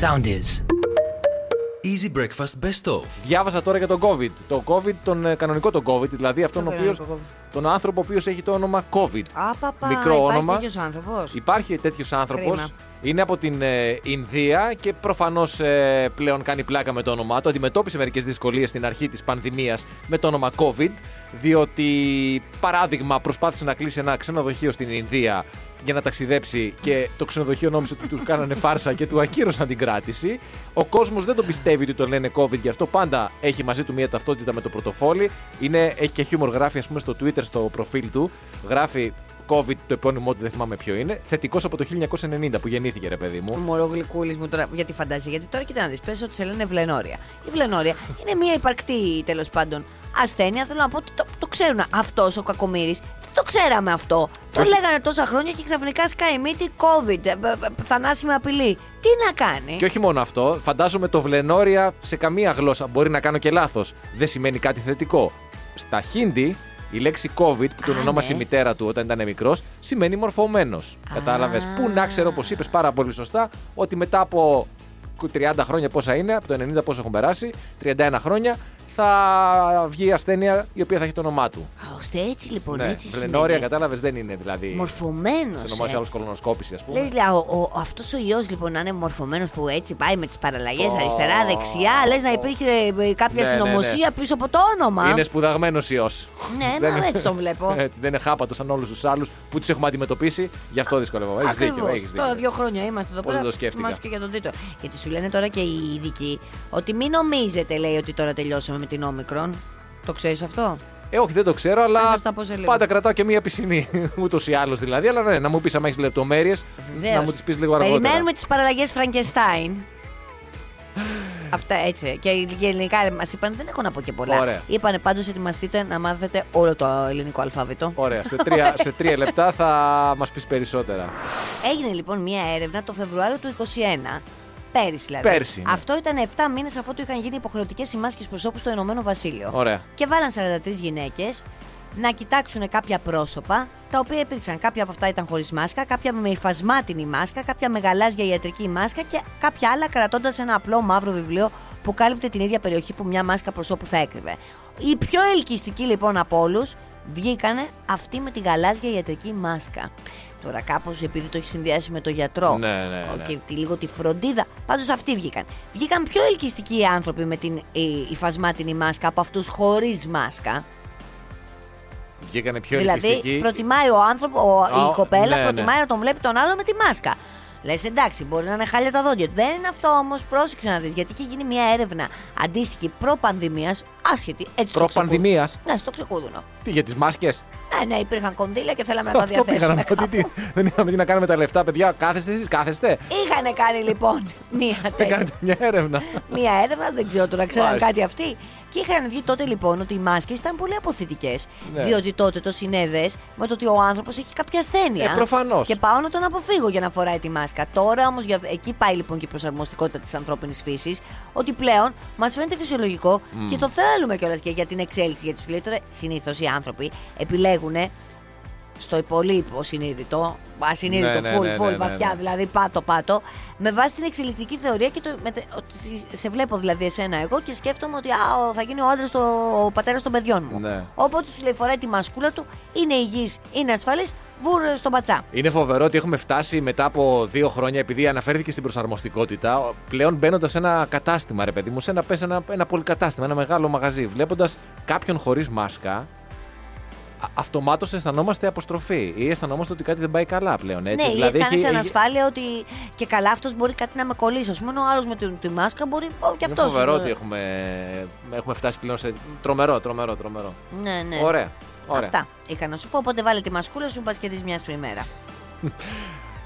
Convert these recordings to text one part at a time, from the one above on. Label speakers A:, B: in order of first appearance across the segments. A: Sound is.
B: Easy Breakfast Best Of.
C: Διάβασα τώρα για τον COVID. Το COVID, τον ε, κανονικό τον COVID, δηλαδή αυτόν ο οποίος,
D: κανονικό
C: τον άνθρωπο ο οποίος έχει το όνομα COVID.
D: Άπαπα,
C: Μικρό όνομα.
D: τέτοιος άνθρωπος.
C: Υπάρχει τέτοιος άνθρωπος.
D: Κρίμα.
C: Είναι από την ε, Ινδία και προφανώς ε, πλέον κάνει πλάκα με το όνομά του. Αντιμετώπισε μερικές δυσκολίες στην αρχή της πανδημίας με το όνομα COVID. Διότι, παράδειγμα, προσπάθησε να κλείσει ένα ξενοδοχείο στην Ινδία για να ταξιδέψει και το ξενοδοχείο νόμισε ότι του κάνανε φάρσα και του ακύρωσαν την κράτηση. Ο κόσμος δεν τον πιστεύει ότι τον λένε COVID, γι' αυτό πάντα έχει μαζί του μια ταυτότητα με το πρωτοφόλι. Είναι, έχει και χιούμορ, γράφει, ας πούμε, στο Twitter, στο προφίλ του. Γράφει COVID, το επώνυμό του δεν θυμάμαι ποιο είναι. Θετικός από το 1990 που γεννήθηκε, ρε παιδί μου.
D: Μωρό γλυκούλη μου τώρα για τη φαντασία. Γιατί τώρα κοιτά να δεις, πες ότι σε λένε Βλενόρια. Η Βλενόρια είναι μια υπαρκτή τέλος πάντων ασθένεια. Θέλω να πω ότι το, το ξέρουν αυτός ο Κακομήρη. Δεν το ξέραμε αυτό. Το λέγανε τόσα χρόνια και ξαφνικά σκάει μύτη COVID. ε, ε, ε, Θανάσιμη απειλή. Τι να κάνει.
C: Και όχι μόνο αυτό, φαντάζομαι το βλενόρια σε καμία γλώσσα μπορεί να κάνω και λάθος. Δεν σημαίνει κάτι θετικό. Στα Χίντι, η λέξη COVID που τον
D: Α,
C: ονόμασε
D: ναι.
C: η μητέρα του όταν ήταν μικρός σημαίνει μορφωμένος. Κατάλαβες. Πού να ξέρω, όπως είπες πάρα πολύ σωστά, ότι μετά από 30 χρόνια πόσα είναι, από το 90 πόσα έχουν περάσει, 31 χρόνια, θα βγει η ασθένεια η οποία θα έχει το όνομά του.
D: Α, Ώστε έτσι λοιπόν, έτσι
C: Ναι,
D: ε.
C: βλενόρια,
D: συνέβη.
C: κατάλαβες, δεν είναι δηλαδή.
D: Μορφωμένος.
C: Σε ονομάζει άλλο κολονοσκόπηση, ας πούμε.
D: Λες, λέω, ο, ο, αυτός ο ιός λοιπόν να είναι μορφωμένος που έτσι πάει με τις παραλλαγές αριστερά-δεξιά. Λες να υπήρχε ε, ε, κάποια
C: Ναι, ναι, ναι.
D: συνωμοσία πίσω από το όνομα.
C: Είναι σπουδαγμένος ιός.
D: Ναι,
C: Δεν
D: μα
C: είναι-
D: έτσι τον βλέπω.
C: Έτσι, δεν είναι χάπατος σαν όλους τους άλλους που τους έχουμε αντιμετωπίσει. Γι' αυτό δυσκολεύομαι. Έχεις δίκιο.
D: Ακριβώς.
C: Έχεις
D: Τώρα
C: δίκιο.
D: δύο χρόνια είμαστε εδώ
C: Πώς
D: πέρα.
C: δεν το σκέφτηκα.
D: θυμάσαι και για τον τρίτο. Γιατί σου λένε τώρα και οι ειδικοί ότι μην νομίζετε, λέει, ότι τώρα τελειώσαμε με την όμικρον. Το ξέρεις αυτό.
C: Ε, όχι, δεν το ξέρω, αλλά
D: Θα σας τα πω σε λίγο.
C: πάντα κρατάω και μία πισινή. Ούτως ή άλλως δηλαδή. Αλλά ναι, να μου πεις αν έχεις λεπτομέρειες,
D: Βεβαίως.
C: να μου τις πεις λίγο αργότερα.
D: Περιμένουμε τις παραλλαγές Φραγκεστάιν. Αυτά έτσι. Και γενικά μας είπαν, δεν έχω να πω και πολλά.
C: Ωραία.
D: Είπανε πάντως ετοιμαστείτε να μάθετε όλο το ελληνικό αλφάβητο.
C: Ωραία, σε τρία, σε τρία λεπτά θα μας πεις περισσότερα.
D: Έγινε λοιπόν μία έρευνα το Φεβρουάριο του 21. Πέρυσι δηλαδή.
C: Πέρσι, ναι.
D: Αυτό ήταν 7 μήνες αφού του είχαν γίνει υποχρεωτικές οι μάσκες προσώπου στο Ηνωμένο Βασίλειο.
C: Ωραία.
D: Και βάλαν 43 γυναίκες να κοιτάξουν κάποια πρόσωπα τα οποία υπήρξαν. Κάποια από αυτά ήταν χωρίς μάσκα, κάποια με υφασμάτινη μάσκα, κάποια με γαλάζια ιατρική μάσκα και κάποια άλλα κρατώντας ένα απλό μαύρο βιβλίο που κάλυπτε την ίδια περιοχή που μια μάσκα προσώπου θα έκρυβε. Οι πιο ελκυστικοί λοιπόν από όλους βγήκανε αυτοί με τη γαλάζια ιατρική μάσκα. Τώρα κάπως επειδή το έχεις συνδυάσει με το γιατρό
C: Ναι, ναι,
D: ο-
C: ναι.
D: και τη, λίγο τη φροντίδα. Πάντως αυτοί βγήκαν. Βγήκαν πιο ελκυστικοί οι άνθρωποι με την ε, υφασμάτινη μάσκα από αυτούς χωρίς μάσκα.
C: Βγήκανε πιο
D: δηλαδή,
C: ελκυστικοί.
D: προτιμάει ο άνθρωπο, ο-
C: Α, ο-
D: η κοπέλα
C: ναι, ναι.
D: προτιμάει να τον βλέπει τον άλλο με τη μάσκα. Λες εντάξει, μπορεί να είναι χάλια τα δόντια του. Δεν είναι αυτό όμως, πρόσεξε να δεις. Γιατί είχε γίνει μια έρευνα αντίστοιχη προ-πανδημία, άσχετη έτσι. στο
C: Προπανδημίας.
D: ξεκούδουνο. Ναι, στο ξεκούδουνο.
C: Τι για τις μάσκες.
D: Ναι, ναι, υπήρχαν κονδύλια και θέλαμε να τα
C: Αυτό πήγα να
D: διαθέσουμε.
C: πω. Τι- τι- Δεν είχαμε τι να κάνουμε τα λεφτά, παιδιά. Κάθεστε εσείς, κάθεστε.
D: Είχαν κάνει λοιπόν μία
C: Δεν
D: τέτοια.
C: κάνετε μια έρευνα.
D: μία έρευνα, δεν ξέρω τώρα, ξέραν
C: Μάλιστα.
D: κάτι αυτοί. Και είχαν βγει τότε λοιπόν ότι οι μάσκες ήταν πολύ αποθητικές.
C: Ναι.
D: Διότι τότε το συνέδες με το ότι ο άνθρωπος έχει κάποια ασθένεια.
C: Ε, προφανώς.
D: Και πάω να τον αποφύγω για να φοράει τη μάσκα. Τώρα όμως εκεί πάει λοιπόν και η προσαρμοστικότητα της ανθρώπινης φύσης, ότι πλέον μας φαίνεται φυσιολογικό και το θέλουμε κιόλας και για την εξέλιξη. Γιατί σου λέει τώρα συνήθως οι άνθρωποι επιλέγουν στο υπολείπο συνείδητο, ασυνείδητο,
C: Ναι, ναι,
D: full,
C: ναι,
D: full,
C: ναι, ναι,
D: βαθιά
C: ναι.
D: δηλαδή, πάτο, πάτο, με βάση την εξελικτική θεωρία και το, με, τε- ότι σε βλέπω δηλαδή εσένα εγώ και σκέφτομαι ότι α, ο- θα γίνει ο άντρας, ο πατέρας των παιδιών μου.
C: Ναι.
D: Οπότε σου λέει φοράει τη μασκούλα του, είναι υγιής, είναι ασφαλής, βούρε στον πατσά.
C: Είναι φοβερό ότι έχουμε φτάσει μετά από δύο χρόνια, επειδή αναφέρθηκε στην προσαρμοστικότητα, πλέον μπαίνοντας σε ένα κατάστημα, ρε παιδί μου, σε ένα, πες, ένα, ένα πολυκατάστημα, ένα μεγάλο μαγαζί, βλέποντας κάποιον χωρίς μάσκα, αυτομάτως αισθανόμαστε αποστροφή ή αισθανόμαστε ότι κάτι δεν πάει καλά πλέον. Έτσι. δηλαδή
D: ναι, ή αισθάνεσαι
C: έχει-
D: ανασφάλεια ότι και καλά αυτός μπορεί κάτι να με κολλήσει. Ας πούμε, ο άλλος με τη, τη μάσκα μπορεί ο, και
C: Είναι
D: αυτός.
C: φοβερό ότι έχουμε, έχουμε φτάσει πλέον σε. Τρομερό, τρομερό, τρομερό.
D: Ναι, ναι.
C: Ωραία. Ωραία.
D: Αυτά είχα να σου πω. Οπότε βάλε τη μασκούλα σου, πα και δεις μια σπριμέρα.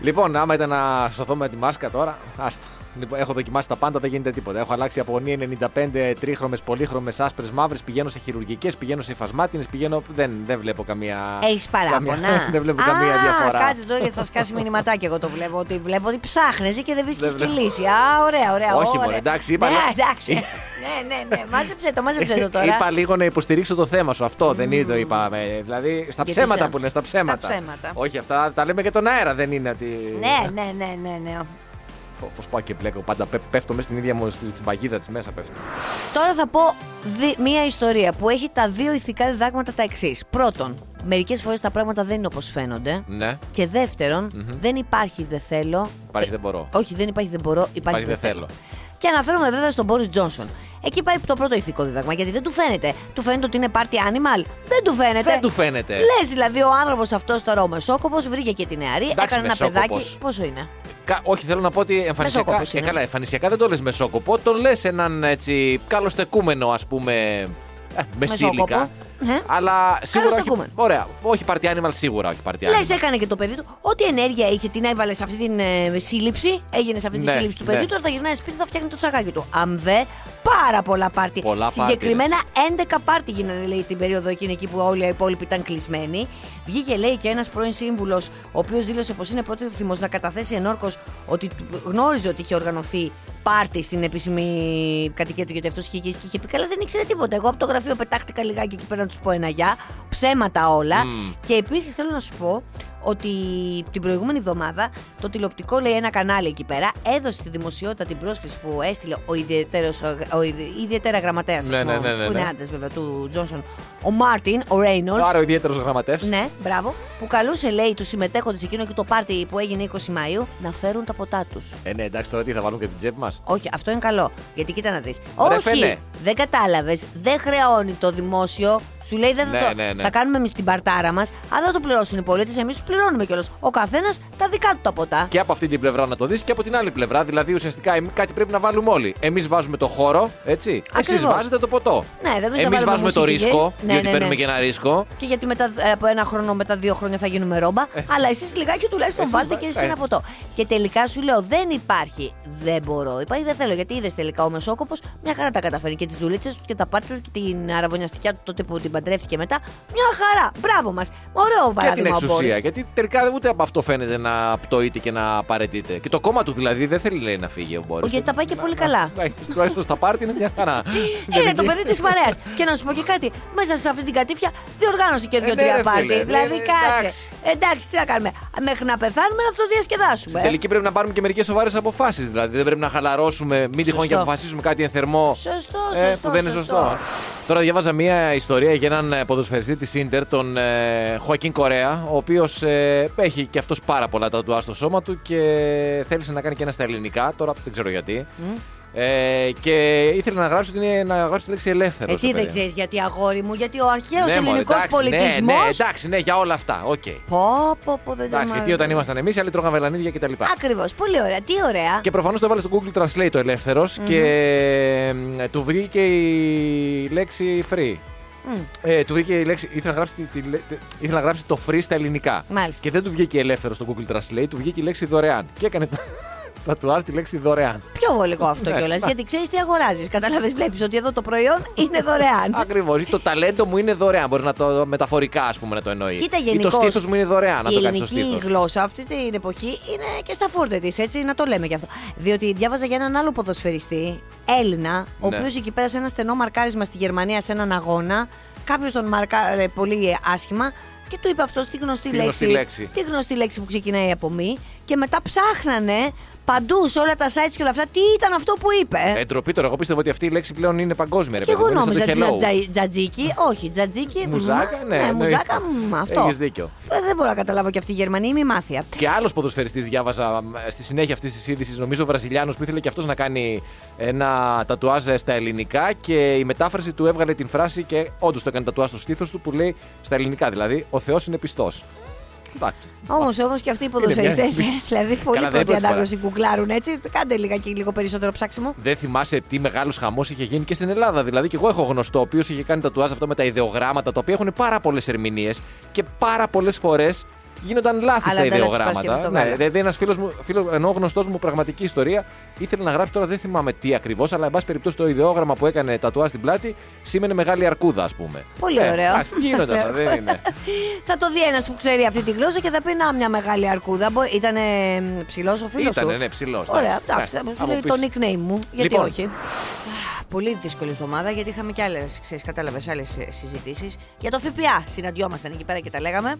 C: Λοιπόν, άμα ήταν να σωθώ με τη μάσκα τώρα, άστα. Λοιπόν, έχω δοκιμάσει τα πάντα, δεν γίνεται τίποτα. Έχω αλλάξει από γωνία 95 τρίχρωμες, πολύχρωμες, άσπρες, μαύρες. Πηγαίνω σε χειρουργικές, πηγαίνω σε υφασμάτινες, πηγαίνω. Δεν, δεν βλέπω καμία.
D: Έχεις παράπονα.
C: καμία- δεν βλέπω
D: Α,
C: καμία διαφορά.
D: Κάτσε τώρα γιατί θα σκάσει μηνυματάκι. Εγώ το βλέπω. Ότι βλέπω ότι ψάχνεσαι και δεν βρίσκεις
C: Δεν
D: τη
C: βλέπω.
D: λύση. Α, ωραία, ωραία.
C: Όχι,
D: ωραία.
C: μωρέ, εντάξει, είπα,
D: Ναι,
C: λέω. Ε-
D: εντάξει. ναι, ναι, ναι. Μάζεψε το, μάζεψε το τώρα.
C: Είπα λίγο να υποστηρίξω το θέμα σου. Αυτό δεν είναι το είπα. ε, Δηλαδή, στα
D: Γιατί
C: ψέματα
D: σε-
C: που λες, στα
D: στα
C: ψέματα.
D: ψέματα.
C: Όχι, αυτά τα λέμε και τον αέρα, δεν είναι ότι.
D: Ναι, ναι, ναι, ναι. ναι.
C: Όπω πάω και μπλέκω πάντα. πέ- Πέφτω μέσα στην ίδια μου στη- στην παγίδα της μέσα πέφτω.
D: Τώρα θα πω δι- μία ιστορία που έχει τα δύο ηθικά διδάγματα τα εξής. Πρώτον, μερικές φορές τα πράγματα δεν είναι όπως φαίνονται.
C: Ναι.
D: Και δευτερον δεν υπάρχει δεν θέλω.
C: Υπάρχει, δεν μπορώ.
D: Όχι, δεν υπάρχει δεν μπορώ, υπάρχει,
C: Υπάρχει,
D: δεν
C: δεν
D: θέλω.
C: θέλω.
D: Και αναφέρομαι βέβαια στον Μπόρι Τζόνσον. Εκεί πάει το πρώτο ηθικό δίδαγμα, γιατί δεν του φαίνεται. Του φαίνεται ότι είναι party animal. Δεν του φαίνεται.
C: Δεν του φαίνεται.
D: Λες δηλαδή ο άνθρωπος αυτός τώρα ο Μεσόκοπος βρήκε και τη νεαρή,
C: Εντάξει,
D: έκανε ένα
C: Μεσόκοπος.
D: παιδάκι. Πόσο είναι.
C: Κα- όχι, θέλω να πω ότι εμφανισιακά. Ε,
D: Μεσόκοπος είναι.
C: καλά, εμφανισιακά δεν το λες μεσόκοπο. Τον λες έναν έτσι καλοστεκούμενο, ας πούμε. Ε, μεσήλικα.
D: Μεσόκοπο, ναι.
C: Αλλά σίγουρα. Όχι,
D: Καλοστεκούμενο.
C: ωραία. Όχι party animal, σίγουρα όχι party animal.
D: Λες έκανε και το παιδί του. Ό,τι ενέργεια είχε την έβαλε σε αυτή την ε, σύλληψη, έγινε σε αυτή τη
C: Ναι,
D: σύλληψη του
C: ναι.
D: παιδιού, τώρα θα γυρνάει σπίτι, θα φτιάχνει το τσακάκι του. Αν δε, πάρα πολλά πάρτι.
C: Πολλά πάρτι,
D: Συγκεκριμένα 11 πάρτι γίνανε λέει, την περίοδο εκείνη εκεί που όλοι οι υπόλοιποι ήταν κλεισμένοι. Βγήκε λέει και ένας πρώην σύμβουλος, ο οποίος δήλωσε πως είναι πρώτος θυμό να καταθέσει ενόρκος ότι του- γνώριζε ότι είχε οργανωθεί πάρτι στην επίσημη κατοικία του, γιατί αυτός είχε γυρίσει και είχε πει: Καλά, δεν ήξερε τίποτα. Εγώ από το γραφείο πετάχτηκα λιγάκι εκεί πέρα να τους πω ένα γεια. Ψέματα όλα. Και επίσης θέλω να σου πω ότι την προηγούμενη εβδομάδα το τηλεοπτικό λέει ένα κανάλι εκεί πέρα έδωσε στη δημοσιότητα την πρόσκληση που έστειλε ο, ιδιαίτερος, ο ιδι- ιδιαίτερα γραμματέας
C: Ναι, ναι, ναι, ναι,
D: που είναι
C: ναι.
D: άντρας βέβαια του Τζόνσον, ο Μάρτιν, ο Ρέινολτ.
C: Άρα ο ιδιαίτερος γραμματεύ.
D: Ναι, μπράβο. Που καλούσε, λέει, τους συμμετέχοντες εκείνο και το πάρτι που έγινε 20 Μαΐου να φέρουν τα ποτά τους.
C: Ε, ναι, εντάξει, τώρα τι θα βάλουν και την τσέπη μας.
D: Όχι, αυτό είναι καλό. Γιατί κοίτα να δεις.
C: Ρε,
D: Όχι,
C: φαίνε.
D: δεν κατάλαβες. Δεν χρεώνει το δημόσιο. Σου λέει δεν θα
C: Ναι,
D: το.
C: ναι, ναι.
D: Θα κάνουμε εμείς την παρτάρα μας. Αν δεν το πληρώσουν οι πολίτες, εμείς τους πληρώνουμε κιόλας. Ο καθένας τα δικά του τα ποτά.
C: Και από αυτή την πλευρά να το δεις και από την άλλη πλευρά. Δηλαδή ουσιαστικά εμ- κάτι πρέπει να βάλουμε όλοι. Εμείς βάζουμε το χώρο, έτσι. Εσείς
D: Ακριβώς.
C: βάζετε το ποτό.
D: Ναι, δεν εμείς θα
C: Εμείς
D: βάλουμε
C: βάζουμε το
D: μουσική,
C: ρίσκο,
D: ναι,
C: διότι
D: ναι,
C: παίρνουμε
D: ναι.
C: και ένα ρίσκο.
D: Και γιατί μετά, ε, από ένα χρόνο, μετά δύο χρόνια θα γίνουμε ρόμπα. Αλλά εσείς λιγάκι τουλάχιστον
C: Εσείς
D: βάλτε
C: βα-
D: και εσείς
C: ε.
D: ένα ποτό. Και τελικά σου λέω, δεν υπάρχει. Δεν μπορώ. Υπάρχει, δεν θέλω. Γιατί είδες τελικά ο Μεσόκοπος μια χαρά τα καταφέρει. Και τις δουλίτσες του και τα πάρτι του και την αραβωνιαστικιά του τότε που την παντρεύτηκε μετά. Μια χαρά. Μπράβο μας. Ωραίο
C: Και την
D: παράδειγμα ο Μπόρις.
C: εξουσία. Γιατί τελικά ούτε από αυτό φαίνεται να πτωείται και να παρετείται. Και το κόμμα του δηλαδή δεν θέλει λέει, να φύγει ο Μπόρις.
D: Όχι, γιατί τα πάει και πολύ καλά. Ε,
C: Τουλάχιστον στα πάρτι είναι μια χαρά. Στην
D: Είναι
C: τελική-
D: το παιδί της παρέας. και να σου πω και κάτι, μέσα σε αυτή την κατήφια διοργάνωσε και
C: Ε, ναι,
D: δύο-τρία
C: ρε, φίλε,
D: πάρτι.
C: ναι, ναι,
D: Δηλαδή κάτσε.
C: εντάξει.
D: Εντάξει, τι να κάνουμε. Μέχρι να πεθάνουμε να ε. αυτό διασκεδάσουμε.
C: Στην τελική πρέπει να πάρουμε και μερικές σοβαρές αποφάσεις. Δηλαδή δεν πρέπει να χαλαρώσουμε, μην τυχόν και
D: Σωστό.
C: αποφασίσουμε κάτι ενθερμό.
D: Σωστό,
C: ε,
D: σωστό.
C: που δεν είναι σωστό. Τώρα διάβαζα μία ιστορία για έναν ε, ποδοσφαιριστή της Ίντερ, τον ε, Χωακίν Κορέα, ο οποίος έχει και αυτός πάρα πολλά τατουάς στο σώμα του και θέλησε να κάνει και ένα στα ελληνικά, τώρα δεν ξέρω γιατί. Ε, και ήθελε να γράψει, ότι είναι, να γράψει τη λέξη ελεύθερος.
D: Ε, τι δεν ξέρεις γιατί αγόρι μου, γιατί ο αρχαίος
C: ναι, μωρέ,
D: ελληνικός
C: εντάξει,
D: πολιτισμό.
C: Ναι, ναι, εντάξει, ναι, για όλα αυτά. Οκ.
D: Πω, πω, πω, δεν το
C: Εντάξει, γιατί όταν ήμασταν εμείς, οι άλλοι τρώγαν βελανίδια κτλ.
D: Ακριβώς, πολύ ωραία. Τι ωραία.
C: Και προφανώς το έβαλε στο Google Translate ο ελεύθερο και ε, του βρήκε η λέξη free.
D: Μμ.
C: Ε, του βρήκε η λέξη. Ήθελε να, γράψει, τη, τη λέ- τη- ήθελε να γράψει το free στα ελληνικά.
D: Μάλιστα.
C: Και δεν του βγήκε ελεύθερος στο Google Translate, του βγήκε η λέξη δωρεάν. Και έκανε τα, τατουάζ τη λέξη δωρεάν.
D: Πιο βολικό αυτό
C: Ναι,
D: κιόλας.
C: μα-
D: Γιατί ξέρεις τι αγοράζεις. Κατάλαβες, βλέπεις ότι εδώ το προϊόν είναι δωρεάν.
C: Ακριβώς. Το ταλέντο μου είναι δωρεάν. Μπορείς να το μεταφορικά, ας πούμε, να το εννοείς.
D: Κοίτα,
C: Ή το
D: γενικώς,
C: στήθος μου είναι δωρεάν, Ε, να
D: Η
C: το κάνει στο
D: ελληνική
C: στήθος.
D: γλώσσα αυτή την εποχή είναι και στα φόρτε της, έτσι να το λέμε γι' αυτό. Διότι διάβαζα για έναν άλλο ποδοσφαιριστή, Έλληνα, ο
C: Ναι.
D: οποίος εκεί πέρα σε ένα στενό μαρκάρισμα στη Γερμανία σε έναν αγώνα, κάποιος τον μαρκάρε πολύ ε, άσχημα και του είπε αυτός τη γνωστή,
C: Τη
D: λέξη,
C: γνωστή λέξη.
D: Τη γνωστή λέξη που ξεκινάει από μη και μετά ψάχνανε παντού σε όλα τα sites και όλα αυτά τι ήταν αυτό που είπε.
C: Ε, ντροπή τώρα. Εγώ πίστευα ότι αυτή η λέξη πλέον είναι παγκόσμια. ρε
D: και
C: παιδί
D: εγώ
C: μου, είναι σαν
D: νόμιζα
C: το
D: ότι
C: hello.
D: ήταν τζα- τζατζίκι. Όχι, τζατζίκι.
C: Μουζάκα, ναι, εννοείται.
D: μουζάκα, μ, αυτό.
C: Έχεις δίκιο.
D: Ε, Δεν μπορώ να καταλάβω και αυτή η Γερμανία, είμαι μάθεια.
C: Και άλλος ποδοσφαιριστής διάβαζα μ, στη συνέχεια αυτής της είδησης, νομίζω Βραζιλιάνος, που ήθελε και αυτός να κάνει ένα τατουάζ στα ελληνικά και η μετάφραση του έβγαλε την φράση και όντως το έκανε τατουάζ στο στήθος του που λέει στα ελληνικά δηλαδή: Ο Θεός είναι πιστός. Εντάξει.
D: Όμως όμως και αυτοί οι
C: μια
D: ποδοσφαιριστές.
C: εκπληκτική.
D: δηλαδή, πολύ
C: δεν είναι
D: πρώτη
C: πρώτη
D: ανάγνωση κουκλάρουν έτσι. Κάντε λίγα και λίγο περισσότερο ψάξιμο.
C: Δεν θυμάσαι τι μεγάλος χαμός είχε γίνει και στην Ελλάδα. Δηλαδή, και εγώ έχω γνωστό ο οποίος είχε κάνει τατουάζ αυτό με τα ιδεογράμματα, τα οποία έχουν πάρα πολλές ερμηνείες και πάρα πολλές φορές γίνονταν λάθη
D: Αλλά
C: στα
D: δεν αλλάζει Παρασκευή
C: ιδεογράμματα.
D: στο
C: Ναι,
D: γάλα.
C: δηλαδή, ένας φίλος μου, φίλος, ενώ γνωστός μου πραγματική ιστορία, ήθελε να γράψει τώρα, δεν θυμάμαι τι ακριβώς, αλλά εν πάση περιπτώσει το ιδεόγραμμα που έκανε τατουάζ στην πλάτη σήμαινε μεγάλη αρκούδα, ας πούμε.
D: Πολύ
C: Ε,
D: ωραίο.
C: Εντάξει, γίνονται αυτά, δεν είναι.
D: θα το δει ένας που ξέρει αυτή τη γλώσσα και θα πει Να μια μεγάλη αρκούδα. Ήταν ψηλός ο φίλος.
C: Ήτανε, ναι, ψηλός,
D: Ωραία,
C: εντάξει.
D: εντάξει.
C: Ναι,
D: Σου
C: άμα
D: λέει
C: πεις.
D: το nickname μου. Γιατί
C: Λοιπόν.
D: όχι. Α, Πολύ δύσκολη εβδομάδα γιατί είχαμε και άλλες, ξέρεις, ε, κατάλαβες άλλες συζητήσεις. Για το ΦΠΑ συναντιόμασταν εκεί πέρα και τα λέγαμε.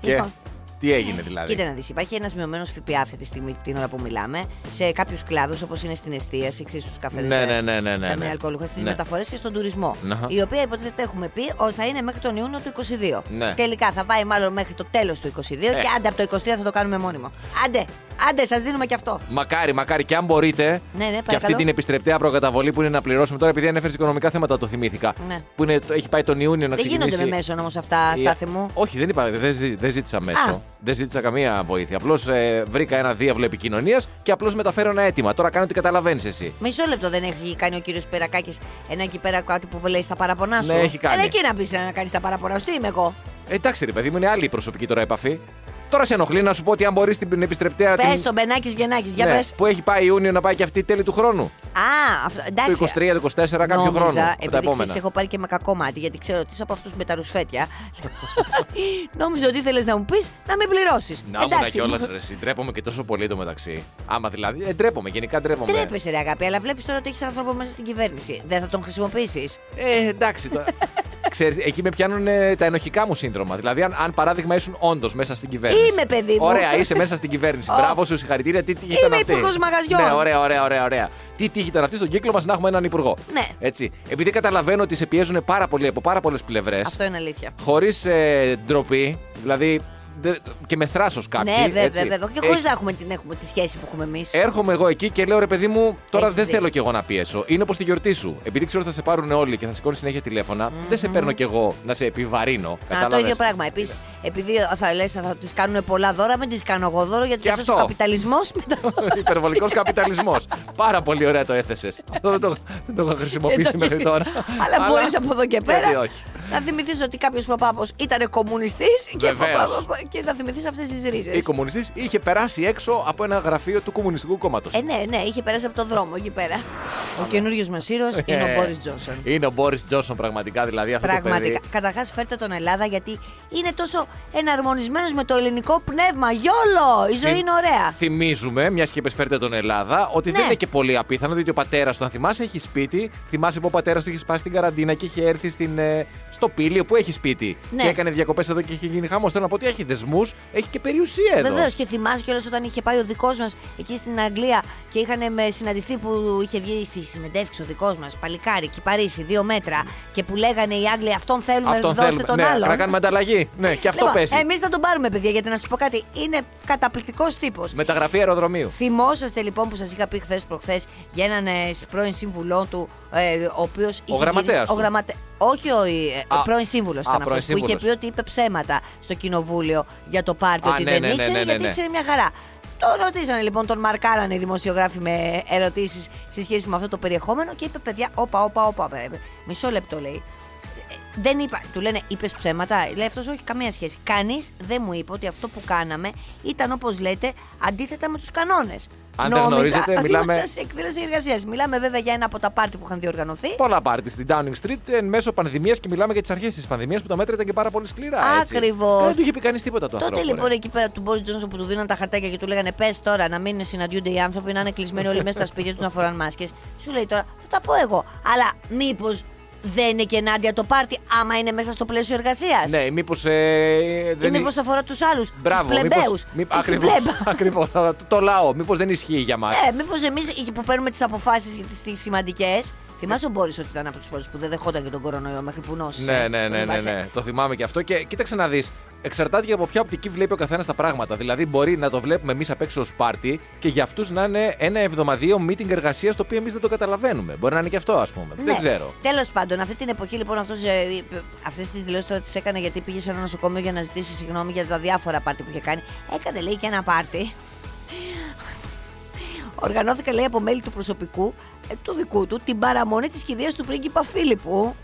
C: και
D: Λοιπόν,
C: τι Τι έγινε δηλαδή.
D: Κοίτα να δεις, υπάρχει ένας μειωμένος ΦΠΑ αυτή τη στιγμή, την ώρα που μιλάμε, σε κάποιους κλάδους όπως είναι στην εστίαση, εξίσου στου καφέδε.
C: Ναι, ναι, ναι, ναι, ναι,
D: Στα
C: ναι.
D: μη αλκοολούχα, στις
C: Ναι.
D: μεταφορές και στον τουρισμό.
C: Αχα.
D: Η οποία υποτίθεται έχουμε πει ότι θα είναι μέχρι τον Ιούνιο του 22.
C: Ναι. Ε.
D: Τελικά θα πάει μάλλον μέχρι το τέλος του 22 και άντε από το 23 θα το κάνουμε μόνιμο. Άντε, άντε, σας δίνουμε και αυτό.
C: Μακάρι, μακάρι και αν μπορείτε.
D: Ναι,
C: και
D: ναι, παρακαλώ.
C: αυτή την επιστρεπτέα προκαταβολή που είναι να πληρώσουμε τώρα, επειδή ανέφερες οικονομικά θέματα, το θυμήθηκα.
D: Ναι.
C: Που είναι, το- έχει πάει τον Ιούνιο να
D: Δεν
C: ξεκινήσει.
D: γίνονται με μέσον όμως αυτά,
C: η-
D: στάθη μου.
C: Όχι, δεν, είπα, δεν, ζη- δεν ζήτησα μέσο.
D: Α.
C: Δεν ζήτησα καμία βοήθεια. Απλώς βρήκα ένα διάβλο επικοινωνίας και απλώς μεταφέρω ένα αίτημα. Τώρα κάνω ότι καταλαβαίνεις εσύ.
D: Μισό λεπτό δεν έχει κάνει ο κύριος Περακάκης ένα εκεί πέρα κάτι που λέει στα παραπονά σου.
C: Ναι, έχει κάνει.
D: Έλα εκεί να πεις να κάνεις τα παραπονά σου. Τι είμαι εγώ.
C: Ε, εντάξει, ρε παιδί μου, είναι άλλη η προσωπική τώρα επαφή. Τώρα σε ενοχλεί να σου πω ότι αν μπορείς την επιστρεπτέα.
D: Πες
C: την...
D: τον Μπενάκης Γενάκη, για
C: ναι,
D: πες.
C: που έχει πάει Ιούνιο να πάει και αυτή τέλη του χρόνου.
D: Α, αυτό, εντάξει.
C: Το 23, το 24, κάποιο
D: Νόμιζα,
C: χρόνο. από τα
D: Επειδή
C: επόμενα.
D: ξέρεις, έχω πάρει και με κακό μάτι, γιατί ξέρω ότι είσαι από αυτούς με τα ρουσφέτια. Νόμιζα ότι ήθελες να μου πεις να με πληρώσεις.
C: Να ήμουν κιόλα, ρε. εσύ. Ντρέπομαι και τόσο πολύ το μεταξύ. Άμα δηλαδή. Ε, ντρέπομαι, γενικά ντρέπομαι.
D: Τρέπεσαι, ρε αγάπη, αλλά βλέπεις τώρα ότι έχεις άνθρωπο μέσα στην κυβέρνηση. Δεν θα τον χρησιμοποιήσεις.
C: Ε, εντάξει τώρα. Ξέρεις, εκεί με πιάνουν ε, τα ενοχικά μου σύνδρομα. Δηλαδή, αν, αν παράδειγμα ήσουν όντως μέσα στην κυβέρνηση.
D: Είμαι, παιδί μου.
C: Ωραία, είσαι μέσα στην κυβέρνηση.
D: Ω.
C: Μπράβο σου, συγχαρητήρια. Τι τύχη ήταν
D: Είμαι
C: αυτή.
D: υπουργός μαγαζιών.
C: Ναι, ωραία, ωραία, ωραία. ωραία. Τι τύχη ήταν αυτή στον κύκλο μας να έχουμε έναν υπουργό.
D: Ναι.
C: Έτσι. Επειδή καταλαβαίνω ότι σε πιέζουν πάρα πολύ από πάρα πολλές πλευρές.
D: Αυτό είναι αλήθεια.
C: Χωρίς ε, ντροπή, δηλαδή. δε- και με θράσος κάποιοι.
D: ναι, βέβαια,
C: έτσι. Ε,
D: βέβαια. Και χωρίς να έχουμε, την, έχουμε τη σχέση που έχουμε εμείς.
C: Έρχομαι εγώ εκεί και λέω ρε παιδί μου, τώρα
D: Έχεις
C: δεν
D: δίκιο.
C: θέλω κι εγώ να πιέσω. Είναι όπως τη γιορτή σου. Επειδή ξέρω ότι θα σε πάρουν όλοι και θα σηκώνεις συνέχεια τηλέφωνα, δεν σε παίρνω κι εγώ να σε επιβαρύνω.
D: Α, το
C: Κατάλαβες.
D: ίδιο πράγμα. Επίσης, επειδή θα λες, θα τις κάνουν πολλά δώρα, μην τις κάνω εγώ δώρο, γιατί
C: Και
D: αυτός ο
C: αυτό.
D: καπιταλισμός μετά.
C: Υπερβολικός καπιταλισμός. Πάρα πολύ ωραία το έθεσες. Αυτό δεν το, δεν το έχω
D: Δεν
C: χρησιμοποιήσει
D: το
C: μέχρι
D: έχεις.
C: τώρα.
D: Αλλά μπορείς από εδώ και
C: γιατί
D: πέρα.
C: όχι.
D: Να θυμηθείς ότι κάποιος προπάπο ήταν κομμουνιστής και,
C: Βεβαίως.
D: προπάπο- και να θυμηθείς αυτές τις
C: Η
D: ρίζε.
C: κομμουνιστής είχε περάσει έξω από ένα γραφείο του Κομμουνιστικού Κόμματος.
D: Ε, ναι, ναι, είχε περάσει από το δρόμο εκεί πέρα. Ο καινούριος μας ήρωας είναι ο Μπόρις Τζόνσον.
C: Ε, Είναι ο Μπόρις Τζόνσον, πραγματικά δηλαδή αυτό το
D: Πραγματικά.
C: παιδί.
D: Καταρχάς, φέρτε τον Ελλάδα γιατί είναι τόσο εναρμονισμένος με το ελληνικό πνεύμα. Γιόλο! Η ζωή
C: Θυ-
D: είναι ωραία.
C: Θυμίζουμε, μιας και επεσφέρετε τον Ελλάδα, ότι
D: Ναι.
C: δεν είναι και πολύ απίθανο, διότι ο πατέρας του, αν θυμάσαι, έχει σπίτι. Θυμάσαι που ο πατέρας του είχε σπάσει την καραντίνα και είχε έρθει στην, ε, στο πύλιο που έχει σπίτι.
D: Ναι.
C: Και έκανε διακοπές εδώ και είχε γίνει χάμο. Θέλω να πω ότι έχει δεσμούς, έχει και περιουσία εδώ.
D: Βεβαίως και θυμάσαι κιόλας όταν είχε πάει ο δικός μας εκεί στην Αγγλία και είχαν με συναντηθεί που είχε βγει στη συνεντεύξη ο δικός μας παλικάρι και Παρίσι, δύο μέτρα και που λέγανε οι Άγγλοι αυτόν θέλουμε,
C: Αυτόν
D: δώστε
C: θέλουμε.
D: τον
C: ναι,
D: άλλον. Λοιπόν,
C: να κάνουμε ανταλλαγή. Ναι, και αυτό πέσει.
D: Εμείς θα τον πάρουμε, παιδιά, γιατί να σας πω κάτι. Είναι καταπληκτικός τύπος.
C: Μεταγραφή αεροδρομίου.
D: Θυμόσαστε λοιπόν που σας είχα πει χθες προχθές για έναν ε, σ- πρώην σύμβουλό του, ε, ο οποίος.
C: γραμματέας
D: Ο
C: του.
D: γραμματε... Όχι ο ε,
C: Α,
D: πρώην σύμβουλος
C: α,
D: ήταν
C: πρώην
D: αυτός που είχε
C: σύμβουλος.
D: πει ότι είπε ψέματα στο κοινοβούλιο για το πάρτι,
C: Α,
D: ότι
C: ναι,
D: δεν
C: ναι, ναι,
D: ήξερε,
C: ναι, ναι,
D: γιατί
C: ναι.
D: ήξερε μια χαρά. Το ρωτήσανε λοιπόν, τον μαρκάρανε οι δημοσιογράφοι με ερωτήσεις σε σχέση με αυτό το περιεχόμενο και είπε: Παιδιά, όπα, όπα, όπα. ε, Μισό λεπτό λέει. Ε, Δεν είπα, του λένε, είπες ψέματα. Λέει αυτός, όχι καμία σχέση. Κανείς δεν μου είπε ότι αυτό που κάναμε ήταν όπως λέτε αντίθετα με τους κανόνες.
C: Αν δεν γνωρίζετε, μιλάμε-
D: Σε εκδήλωση εργασίας. Μιλάμε βέβαια για ένα από τα πάρτι που είχαν διοργανωθεί.
C: Πολλά πάρτι στην Downing Street εν μέσω πανδημίας και μιλάμε για τις αρχές της πανδημίας που τα μέτρα ήταν και πάρα πολύ σκληρά. έτσι.
D: Ακριβώς.
C: Δεν του είχε πει κανείς τίποτα το
D: Τότε
C: ανθρώπου. ναι.
D: λοιπόν εκεί πέρα του Μπόρι Τζόνσον που του δίναν τα χαρτάκια και του λέγανε Πες τώρα να μην συναντιούνται οι άνθρωποι, να είναι κλεισμένοι όλοι μέσα στα σπίτια τους να φοράνε μάσκες. Σου λέει τώρα, θα τα πω εγώ. Αλλά μήπως δεν είναι και ενάντια το πάρτι άμα είναι μέσα στο πλαίσιο εργασίας.
C: Ναι, μήπως. Ε,
D: Ή
C: δεν...
D: μήπως αφορά τους άλλους, τους
C: Μπράβο,
D: πλεμπαίους.
C: Ακριβώ. Ακριβώς, το, το λαό. Μήπως δεν ισχύει για μας.
D: Ε, μήπως εμείς που παίρνουμε τις αποφάσεις τι σημαντικέ. Θυμάσαι ο Μπόρι ότι ήταν από του πρώτου που δεν δεχόταν και τον κορονοϊό μέχρι που νόσησε.
C: ναι, ναι, ναι, ναι,
D: Θυμάσαι.
C: ναι. Το θυμάμαι και αυτό. Και κοίταξε να δεις. Εξαρτάται και από ποια οπτική βλέπει ο καθένας τα πράγματα. Δηλαδή, μπορεί να το βλέπουμε εμείς απ' έξω ως πάρτι και για αυτούς να είναι ένα εβδομαδιαίο meeting εργασίας το οποίο εμείς δεν το καταλαβαίνουμε. Μπορεί να είναι και αυτό, ας πούμε. Δεν ξέρω.
D: Τέλος Ναι. πάντων, αυτή την εποχή λοιπόν αυτός, ε, αυτές τις δηλώσεις τώρα τις έκανε γιατί πήγε σε ένα νοσοκομείο για να ζητήσει συγγνώμη για τα διάφορα πάρτι που είχε κάνει. Έκανε λέει και ένα πάρτι. Οργανώθηκε λέει από μέλη του προσωπικού ε, του δικού του την παραμονή της κηδεία του πρίγκιπα Φίλιππου.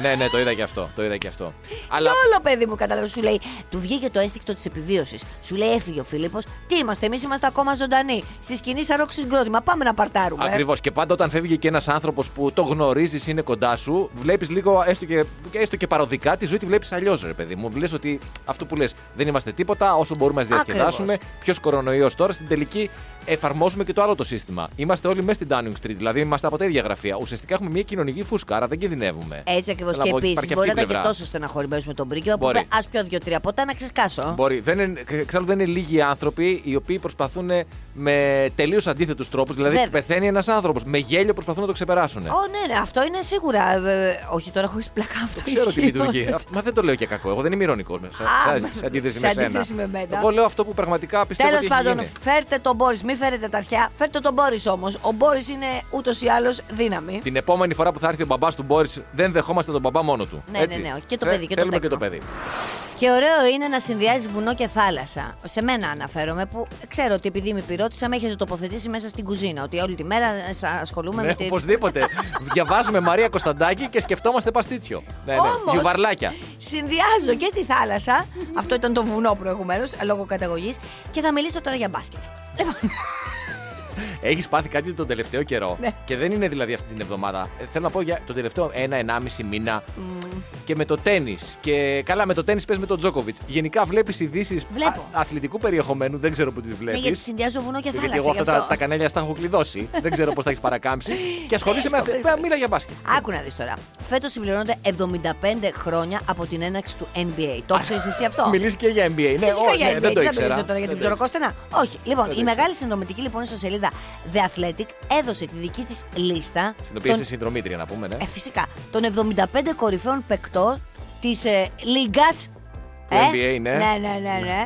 C: ναι, ναι, το είδα και αυτό. Το είδα και αυτό. Αλλά
D: Και όλο παιδί μου κατάλαβες, σου λέει, του βγήκε το αίσθηκτο της επιβίωσης. Σου λέει, έφυγε ο Φίλιππος. Τι είμαστε, εμείς είμαστε ακόμα ζωντανοί. Στη σκηνή σαν ρόξι συγκρότημα. Πάμε να παρτάρουμε. ε.
C: Ακριβώς. Και πάντα όταν φεύγει και ένας άνθρωπος που το γνωρίζεις, είναι κοντά σου, βλέπεις λίγο, έστω και, έστω και παροδικά, τη ζωή τη βλέπεις αλλιώς, ρε παιδί μου. Βλέπει ότι αυτό που λες δεν είμαστε τίποτα, όσο μπορούμε να
D: Ακριβώς.
C: διασκεδάσουμε. Ποιος κορονοϊός τώρα, στην τελική εφαρμόζουμε και το άλλο το σύστημα. Είμαστε όλοι μέσα στην Downing Street, δηλαδή είμαστε από τα ίδια γραφεία. Ουσιαστικά έχουμε μια κοινωνική φούσκα, άρα δεν κινδυνεύουμε.
D: Έτσι Έτσι ακριβώς.
C: Θέλω να
D: Και
C: πω,
D: επίση
C: υπάρχει και
D: μπορεί να
C: αυτή η
D: ήταν και
C: πλευρά.
D: τόσο στεναχωρημένο με τον πρίγκιπα που
C: Μπορεί.
D: είπε: Α πιω δύο-τρία ποτά να ξεσκάσω.
C: Μπορεί. Δεν είναι, εξάλλου δεν είναι λίγοι άνθρωποι οι οποίοι προσπαθούν με τελείως αντίθετους τρόπους. Δηλαδή,
D: Βέβαια.
C: πεθαίνει ένας άνθρωπος. Με γέλιο προσπαθούν να το ξεπεράσουν.
D: Ω, ναι, ναι, αυτό είναι σίγουρα. ε, ε, όχι τώρα χωρί πλακά αυτό.
C: Ξέρω ότι
D: ισχύει,
C: λειτουργεί.
D: όντως.
C: Α, Μα δεν το λέω και κακό. Εγώ δεν είμαι ηρωνικός μέσα.
D: Α,
C: σε-
D: μα-
C: Σε αντίθεση
D: σε
C: με σένα.
D: αντίθεση με μένα.
C: Εγώ λέω αυτό που πραγματικά πιστεύω
D: Τέλο
C: ότι έχει
D: πάντων,
C: γίνει.
D: φέρτε τον Μπόρις, μην φέρετε τα αρχιά. Φέρτε τον Μπόρις όμως. Ο Μπόρις είναι ούτως ή άλλως δύναμη.
C: Την επόμενη φορά που θα έρθει ο μπαμπάς του Μπόρις, δεν δεχόμαστε τον μπαμπά μόνο του.
D: Ναι,
C: Έτσι.
D: ναι, ναι, όχι. Και το
C: Θε-
D: παιδί και το
C: Θέλουμε και το
D: τέκνο.
C: παιδί.
D: Και ωραίο είναι να συνδυάζεις βουνό και θάλασσα. Σε μένα αναφέρομαι που ξέρω ότι επειδή με πυρώτησα, με έχετε τοποθετήσει μέσα στην κουζίνα. Ότι όλη τη μέρα ε, σα- ασχολούμαι
C: Ναι,
D: με την.
C: οπωσδήποτε. Διαβάζουμε Μαρία Κωνσταντάκη και σκεφτόμαστε παστίτσιο. Ναι, ναι.
D: Όμως,
C: Γιουβαρλάκια.
D: Συνδυάζω και τη θάλασσα. Αυτό ήταν το βουνό προηγουμένως, λόγω καταγωγής. Και θα μιλήσω τώρα για μπάσκετ. Λοιπόν, ναι,
C: Έχεις πάθει κάτι τον τελευταίο καιρό.
D: Ναι.
C: Και δεν είναι δηλαδή αυτή την εβδομάδα. Ε, Θέλω να πω για τον τελευταίο ένα-ενάμιση μήνα. Και με το τέννη. Και καλά, με το τέννη πες με τον Τζόκοβιτ. Γενικά βλέπεις ειδήσεις
D: Βλέπω.
C: αθλητικού περιεχομένου. Δεν ξέρω που τις
D: Ναι,
C: βλέπει.
D: γιατί συνδυάζω βουνό και θάλασσα.
C: Γιατί εγώ
D: γι'
C: αυτά τα,
D: αυτό.
C: τα κανάλια στα έχω κλειδώσει. δεν ξέρω πώς τα έχεις παρακάμψει. Και ασχολείσαι με
D: Σκοπεύω.
C: αυτό. Μίλα για μπάσκετ.
D: Άκου να δεις τώρα. Φέτος συμπληρώνονται 75 χρόνια από την έναρξη του NBA. Το ξέρεις εσύ αυτό.
C: Μιλήσεις και για NBA. Ναι,
D: Φυσικά
C: όχι,
D: για
C: ναι,
D: NBA.
C: δεν το
D: Τι θα
C: ήξερα.
D: μιλήσω τώρα για την
C: Δεν το ήξερα.
D: ψωροκόστενα. Όχι. Λοιπόν,
C: Δεν το
D: η
C: ήξερα.
D: μεγάλη συνδρομητική λοιπόν ιστοσελίδα The Athletic έδωσε τη δική της λίστα.
C: Στην οποία είσαι συνδρομήτρια, να πούμε, ναι.
D: ε, φυσικά. Των 75 κορυφαίων παικτών της ε, Λίγκας.
C: Του NBA, ναι.
D: Ναι, ναι, ναι, ναι.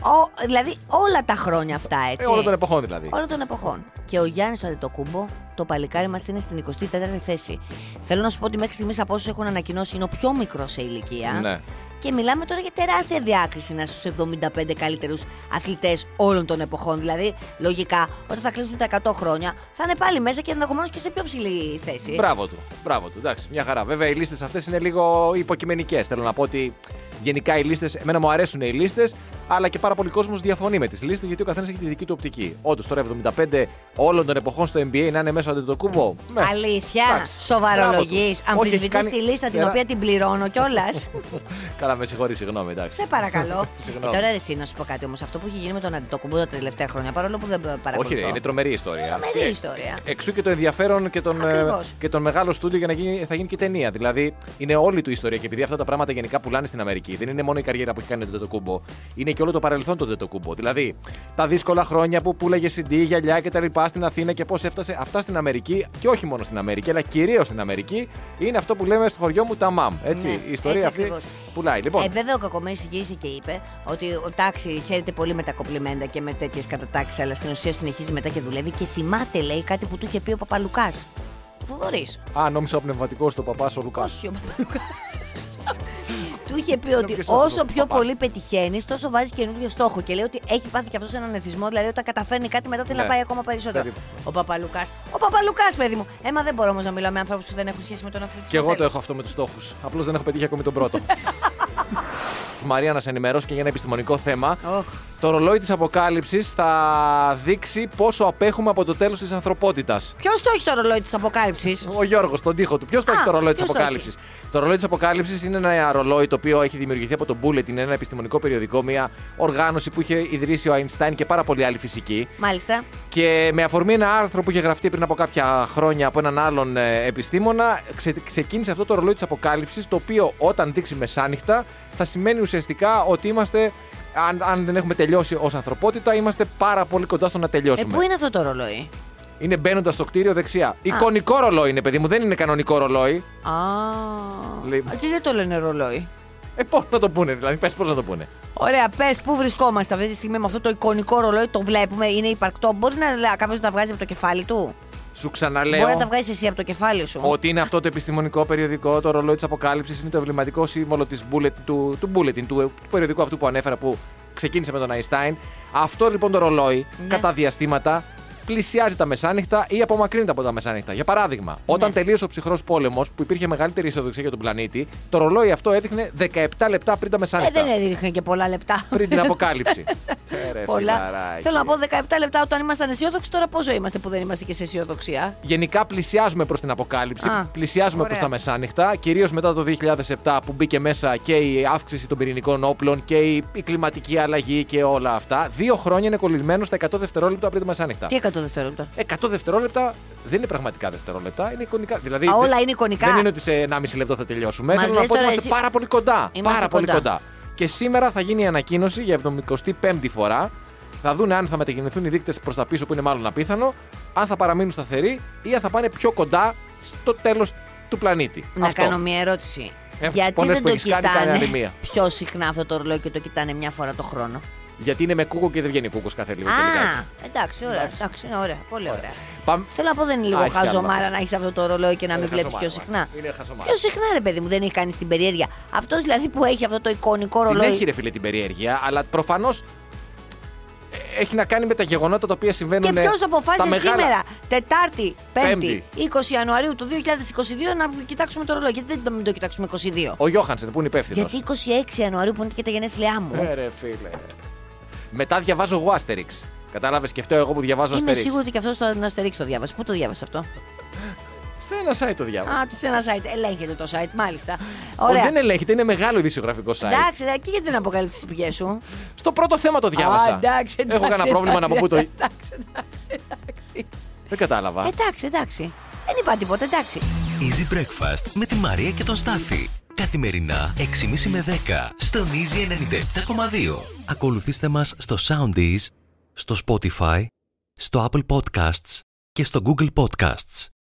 D: Ο, δηλαδή όλα τα χρόνια αυτά
C: Ε,
D: έτσι.
C: όλων των εποχών δηλαδή.
D: Όλων των εποχών. Και ο Γιάννης Αντετοκούμπο, το παλικάρι μας, είναι στην 24η θέση. Θέλω να σου πω ότι μέχρι στιγμής από όσους έχουν ανακοινώσει είναι ο πιο μικρός σε ηλικία.
C: Ναι.
D: Και μιλάμε τώρα για τεράστια διάκριση να στους 75 καλύτερους αθλητές όλων των εποχών. Δηλαδή, λογικά, όταν θα κλείσουν τα 100 χρόνια, θα είναι πάλι μέσα και ενδεχομένως και σε πιο ψηλή θέση.
C: Μπράβο του. Μπράβο του. Εντάξει, μια χαρά. Βέβαια, οι λίστες αυτές είναι λίγο υποκειμενικές. Θέλω να πω ότι γενικά οι λίστες, εμένα μου αρέσουν οι λίστες, αλλά και πάρα πολλοί κόσμος διαφωνεί με τις λίστες γιατί ο καθένας έχει τη δική του οπτική. Όντως τώρα 75 όλων των εποχών στο NBA να είναι μέσα αντί το κούμπο. Ναι.
D: Αλήθεια,
C: Εντάξει.
D: σοβαρολογεί,
C: Μπράβο του. Όχι, έχει
D: αμφισβητεί
C: κάνει
D: τη λίστα την
C: τερά-
D: οποία την πληρώνω κιόλας.
C: Καλά, με συγχωρείς, συγγνώμη, εντάξει.
D: Σε παρακαλώ.
C: Συγγνώμη.
D: ε, τώρα ρε, εσύ να σου πω κάτι όμως. Αυτό που έχει γίνει με τον Αντιτοκούμπο τα τελευταία χρόνια, παρόλο που δεν παρακολουθώ.
C: Όχι, ρε, είναι τρομερή ιστορία. Ε,
D: Τρομερή ιστορία.
C: Εξού και το ενδιαφέρον και τον, ε,
D: Ακριβώς.
C: και τον μεγάλο στούντιο για να γίνει, θα γίνει και ταινία. Δηλαδή είναι όλη του η ιστορία και επειδή αυτά τα πράγματα γενικά πουλάνε στην Αμερική, δεν είναι μόνο η καριέρα που έχει κάνει το κούμπο, είναι και όλο το παρελθόν του Τετοκούμπο. Δηλαδή τα δύσκολα χρόνια που πουλάγε CD, γυαλιά και τα λοιπά στην Αθήνα και πώς έφτασε αυτά στην Αμερική και όχι μόνο στην Αμερική, αλλά κυρίως στην Αμερική είναι αυτό που λέμε στο χωριό μου τα μαμ. Έτσι,
D: Ναι,
C: η ιστορία
D: έτσι
C: αυτή
D: ακριβώς.
C: πουλάει. Λοιπόν,
D: Ε, βέβαια ο Κακομοίρης συγγύησε και είπε ότι ο τάξη χαίρεται πολύ με τα κοπλιμέντα και με τέτοιες κατατάξεις, αλλά στην ουσία συνεχίζει μετά και δουλεύει και θυμάται, λέει, κάτι που του είχε πει ο Παπαλουκά. Φοβορή.
C: α, νόμισα ο πνευματικό του παπά ο Λουκάς.
D: Όχι, ο Παπαλουκά. του είχε πει
C: ποιος
D: ότι
C: είναι αυτός ο
D: όσο πιο
C: παπάς.
D: πολύ πετυχαίνεις, τόσο βάζεις καινούριο στόχο. Και λέει ότι έχει πάθει και αυτός έναν εθισμό, δηλαδή όταν καταφέρνει κάτι μετά θέλει
C: Ναι.
D: να πάει ακόμα περισσότερο.
C: Περίπου.
D: Ο Παπαλουκά. Ο Παπαλουκά, παιδί μου. Έμα δεν μπορώ όμως να μιλάω με ανθρώπου που δεν έχουν σχέση με τον αθλητισμό.
C: Και εγώ το
D: Τέλος.
C: έχω αυτό με τους στόχους. Απλώς δεν έχω πετύχει ακόμη τον πρώτο. Μαρία, να σε ενημερώσω και για ένα επιστημονικό θέμα.
D: Οχ.
C: Το ρολόι της αποκάλυψης θα δείξει πόσο απέχουμε από το τέλος της ανθρωπότητας.
D: Ποιος το έχει το ρολόι της αποκάλυψης.
C: Ο Γιώργος, τον τοίχο του. Ποιος το
D: Α,
C: έχει το ρολόι της
D: ποιος το
C: Αποκάλυψης. Το ρολόι της Αποκάλυψης είναι ένα ρολόι το οποίο έχει δημιουργηθεί από τον Bulletin, ένα επιστημονικό περιοδικό, μια οργάνωση που είχε ιδρύσει ο Αϊνστάιν και πάρα πολλοί άλλοι φυσικοί.
D: Μάλιστα. Ε,
C: Και με αφορμή ένα άρθρο που είχε γραφτεί πριν από κάποια χρόνια από έναν άλλον ε, επιστήμονα, ξε- ξεκίνησε αυτό το ρολόι της αποκάλυψης, το οποίο όταν δείξει μεσάνυχτα θα σημαίνει ουσιαστικά ότι είμαστε, αν, αν δεν έχουμε τελειώσει ως ανθρωπότητα, είμαστε πάρα πολύ κοντά στο να
D: Ε,
C: τελειώσουμε.
D: πού είναι αυτό το ρολόι.
C: Είναι μπαίνοντας στο κτίριο δεξιά. Εικονικό ρολόι είναι, παιδί μου, δεν είναι κανονικό ρολόι.
D: Α,
C: Λέει-
D: α, και γιατί το λένε ρολόι.
C: Ε, πώς να το πούνε, δηλαδή, πες πώς να το πούνε.
D: Ωραία, πες πού βρισκόμαστε αυτή τη στιγμή με αυτό το εικονικό ρολόι. Το βλέπουμε, είναι υπαρκτό. Μπορεί να κάποιος να τα βγάζει από το κεφάλι του.
C: Σου
D: Μπορεί να
C: ξαναλέω.
D: τα βγάζεις εσύ από το κεφάλι σου.
C: Ότι είναι αυτό το επιστημονικό περιοδικό, το ρολόι της Αποκάλυψης, είναι το εμβληματικό σύμβολο της bullet, του, του bulletin, του, του περιοδικού αυτού που ανέφερα που ξεκίνησε με τον Αϊνστάιν. Αυτό λοιπόν το ρολόι,
D: Ναι.
C: κατά διαστήματα, πλησιάζει τα μεσάνυχτα ή απομακρύνεται από τα μεσάνυχτα. Για παράδειγμα,
D: Ναι.
C: όταν τελείωσε ο ψυχρός πόλεμος που υπήρχε μεγαλύτερη ισοδοξία για τον πλανήτη, το ρολόι αυτό έδειχνε 17 λεπτά πριν τα
D: ε,
C: μεσάνυχτα.
D: δεν έδειχνε και πολλά λεπτά.
C: Πριν την αποκάλυψη. Ε, ρε,
D: πολλά.
C: φιλαράκι.
D: Θέλω να πω 17 λεπτά όταν ήμασταν αισιόδοξοι, τώρα πόσο είμαστε που δεν είμαστε και σε αισιοδοξία.
C: Γενικά πλησιάζουμε προς την αποκάλυψη,
D: Α,
C: πλησιάζουμε
D: ωραία.
C: προ τα μεσάνυχτα, κυρίως μετά το 2007 που μπήκε μέσα και η αύξηση των πυρηνικών όπλων και η, η κλιματική αλλαγή και όλα αυτά. Δύο χρόνια είναι κολλημένος στα 100 δευτερόλεπτα πριν τα μεσάνυχτα.
D: Τι 100 100 δευτερόλεπτα.
C: 100 δευτερόλεπτα δεν είναι πραγματικά δευτερόλεπτα, είναι εικονικά. Δηλαδή,
D: Α, όλα
C: δεν-
D: είναι εικονικά.
C: Δεν είναι ότι σε 1,5 λεπτό θα τελειώσουμε.
D: Μας
C: Θέλω να
D: λες
C: πω ότι
D: τώρα
C: είμαστε
D: εσύ-
C: πάρα πολύ κοντά.
D: Είμαστε
C: πάρα πολύ
D: κοντά.
C: κοντά. Και σήμερα θα γίνει η ανακοίνωση για 75η φορά. Θα δουν αν θα μετακινηθούν οι δείκτες προς τα πίσω, που είναι μάλλον απίθανο, αν θα παραμείνουν σταθεροί ή αν θα πάνε πιο κοντά στο τέλος του πλανήτη.
D: Να
C: Αυτό.
D: κάνω μια ερώτηση.
C: τις
D: Γιατί
C: πόνες
D: δεν
C: που
D: το
C: έχεις κάνει,
D: κοιτάνε
C: κάνε άλλη μία.
D: πιο συχνά αυτό το ρολόι και το κοιτάνε μια φορά το χρόνο.
C: Γιατί είναι με κούκο και δεν βγαίνει κούκος κάθε λίγο. και λιγάκι.
D: Α, εντάξει, ωραία. Εντάξει, είναι ωραία. Πολύ ωραία.
C: Πάμε.
D: Θέλω να πω δεν είναι λίγο
C: Α, έχει άλλο
D: χαζομάρα
C: μάλλον.
D: να έχεις αυτό το ρολόι και να
C: Είναι
D: μην βλέπεις πιο
C: χαζομάρα,
D: συχνά.
C: Είναι χαζομάρα.
D: Πιο συχνά, ρε παιδί μου, δεν έχει κάνει την περιέργεια. Αυτός δηλαδή που έχει αυτό το εικονικό
C: Την
D: ρολόι.
C: έχει ρε φίλε την περιέργεια, αλλά προφανώς έχει να κάνει με τα γεγονότα τα οποία
D: Και
C: συμβαίνουν. ε,
D: ποιος
C: ναι. τα
D: αποφάσισε
C: μεγάλα-
D: σήμερα, Τετάρτη, Πέμπτη,
C: Πέμπτη.
D: 20 Ιανουαρίου του 2022, να κοιτάξουμε το ρολόι. Γιατί δεν το- μην το κοιτάξουμε 22.
C: Ο Γιώχανσεν που είναι υπεύθυνος.
D: Γιατί 26 Ιανουαρίου που είναι και τα γενέθλιά μου.
C: Ε, ρε φίλε. Μετά διαβάζω εγώ Άστεριξ. Κατάλαβε και φταίω εγώ που διαβάζω
D: Είμαι
C: Άστεριξ.
D: σίγουρη ότι και αυτός το να στερίξει το διάβασε. Πού το διάβασε αυτό.
C: Σε ένα site το διάβαζα.
D: Α, του σε ένα site. Ελέγχεται το site, μάλιστα.
C: Όχι,
D: Ωραία.
C: δεν ελέγχεται, είναι μεγάλο ειδησιογραφικό site.
D: Εντάξει, δε, και γιατί δεν αποκαλύψει τις πηγές σου.
C: Στο πρώτο θέμα το διάβασα.
D: Α, εντάξει, εντάξει,
C: Έχω κανένα πρόβλημα να πω πού το.
D: Εντάξει, Ε, εντάξει, εντάξει.
C: Δεν κατάλαβα.
D: Εντάξει, εντάξει. Δεν είπα τίποτα, εντάξει.
B: Easy Breakfast με τη Μαρία και τον Στάφη. Καθημερινά 6.30 με 10 στον Easy 97.2. Ακολουθήστε μας στο Soundees, στο Spotify, στο Apple Podcasts και στο Google Podcasts.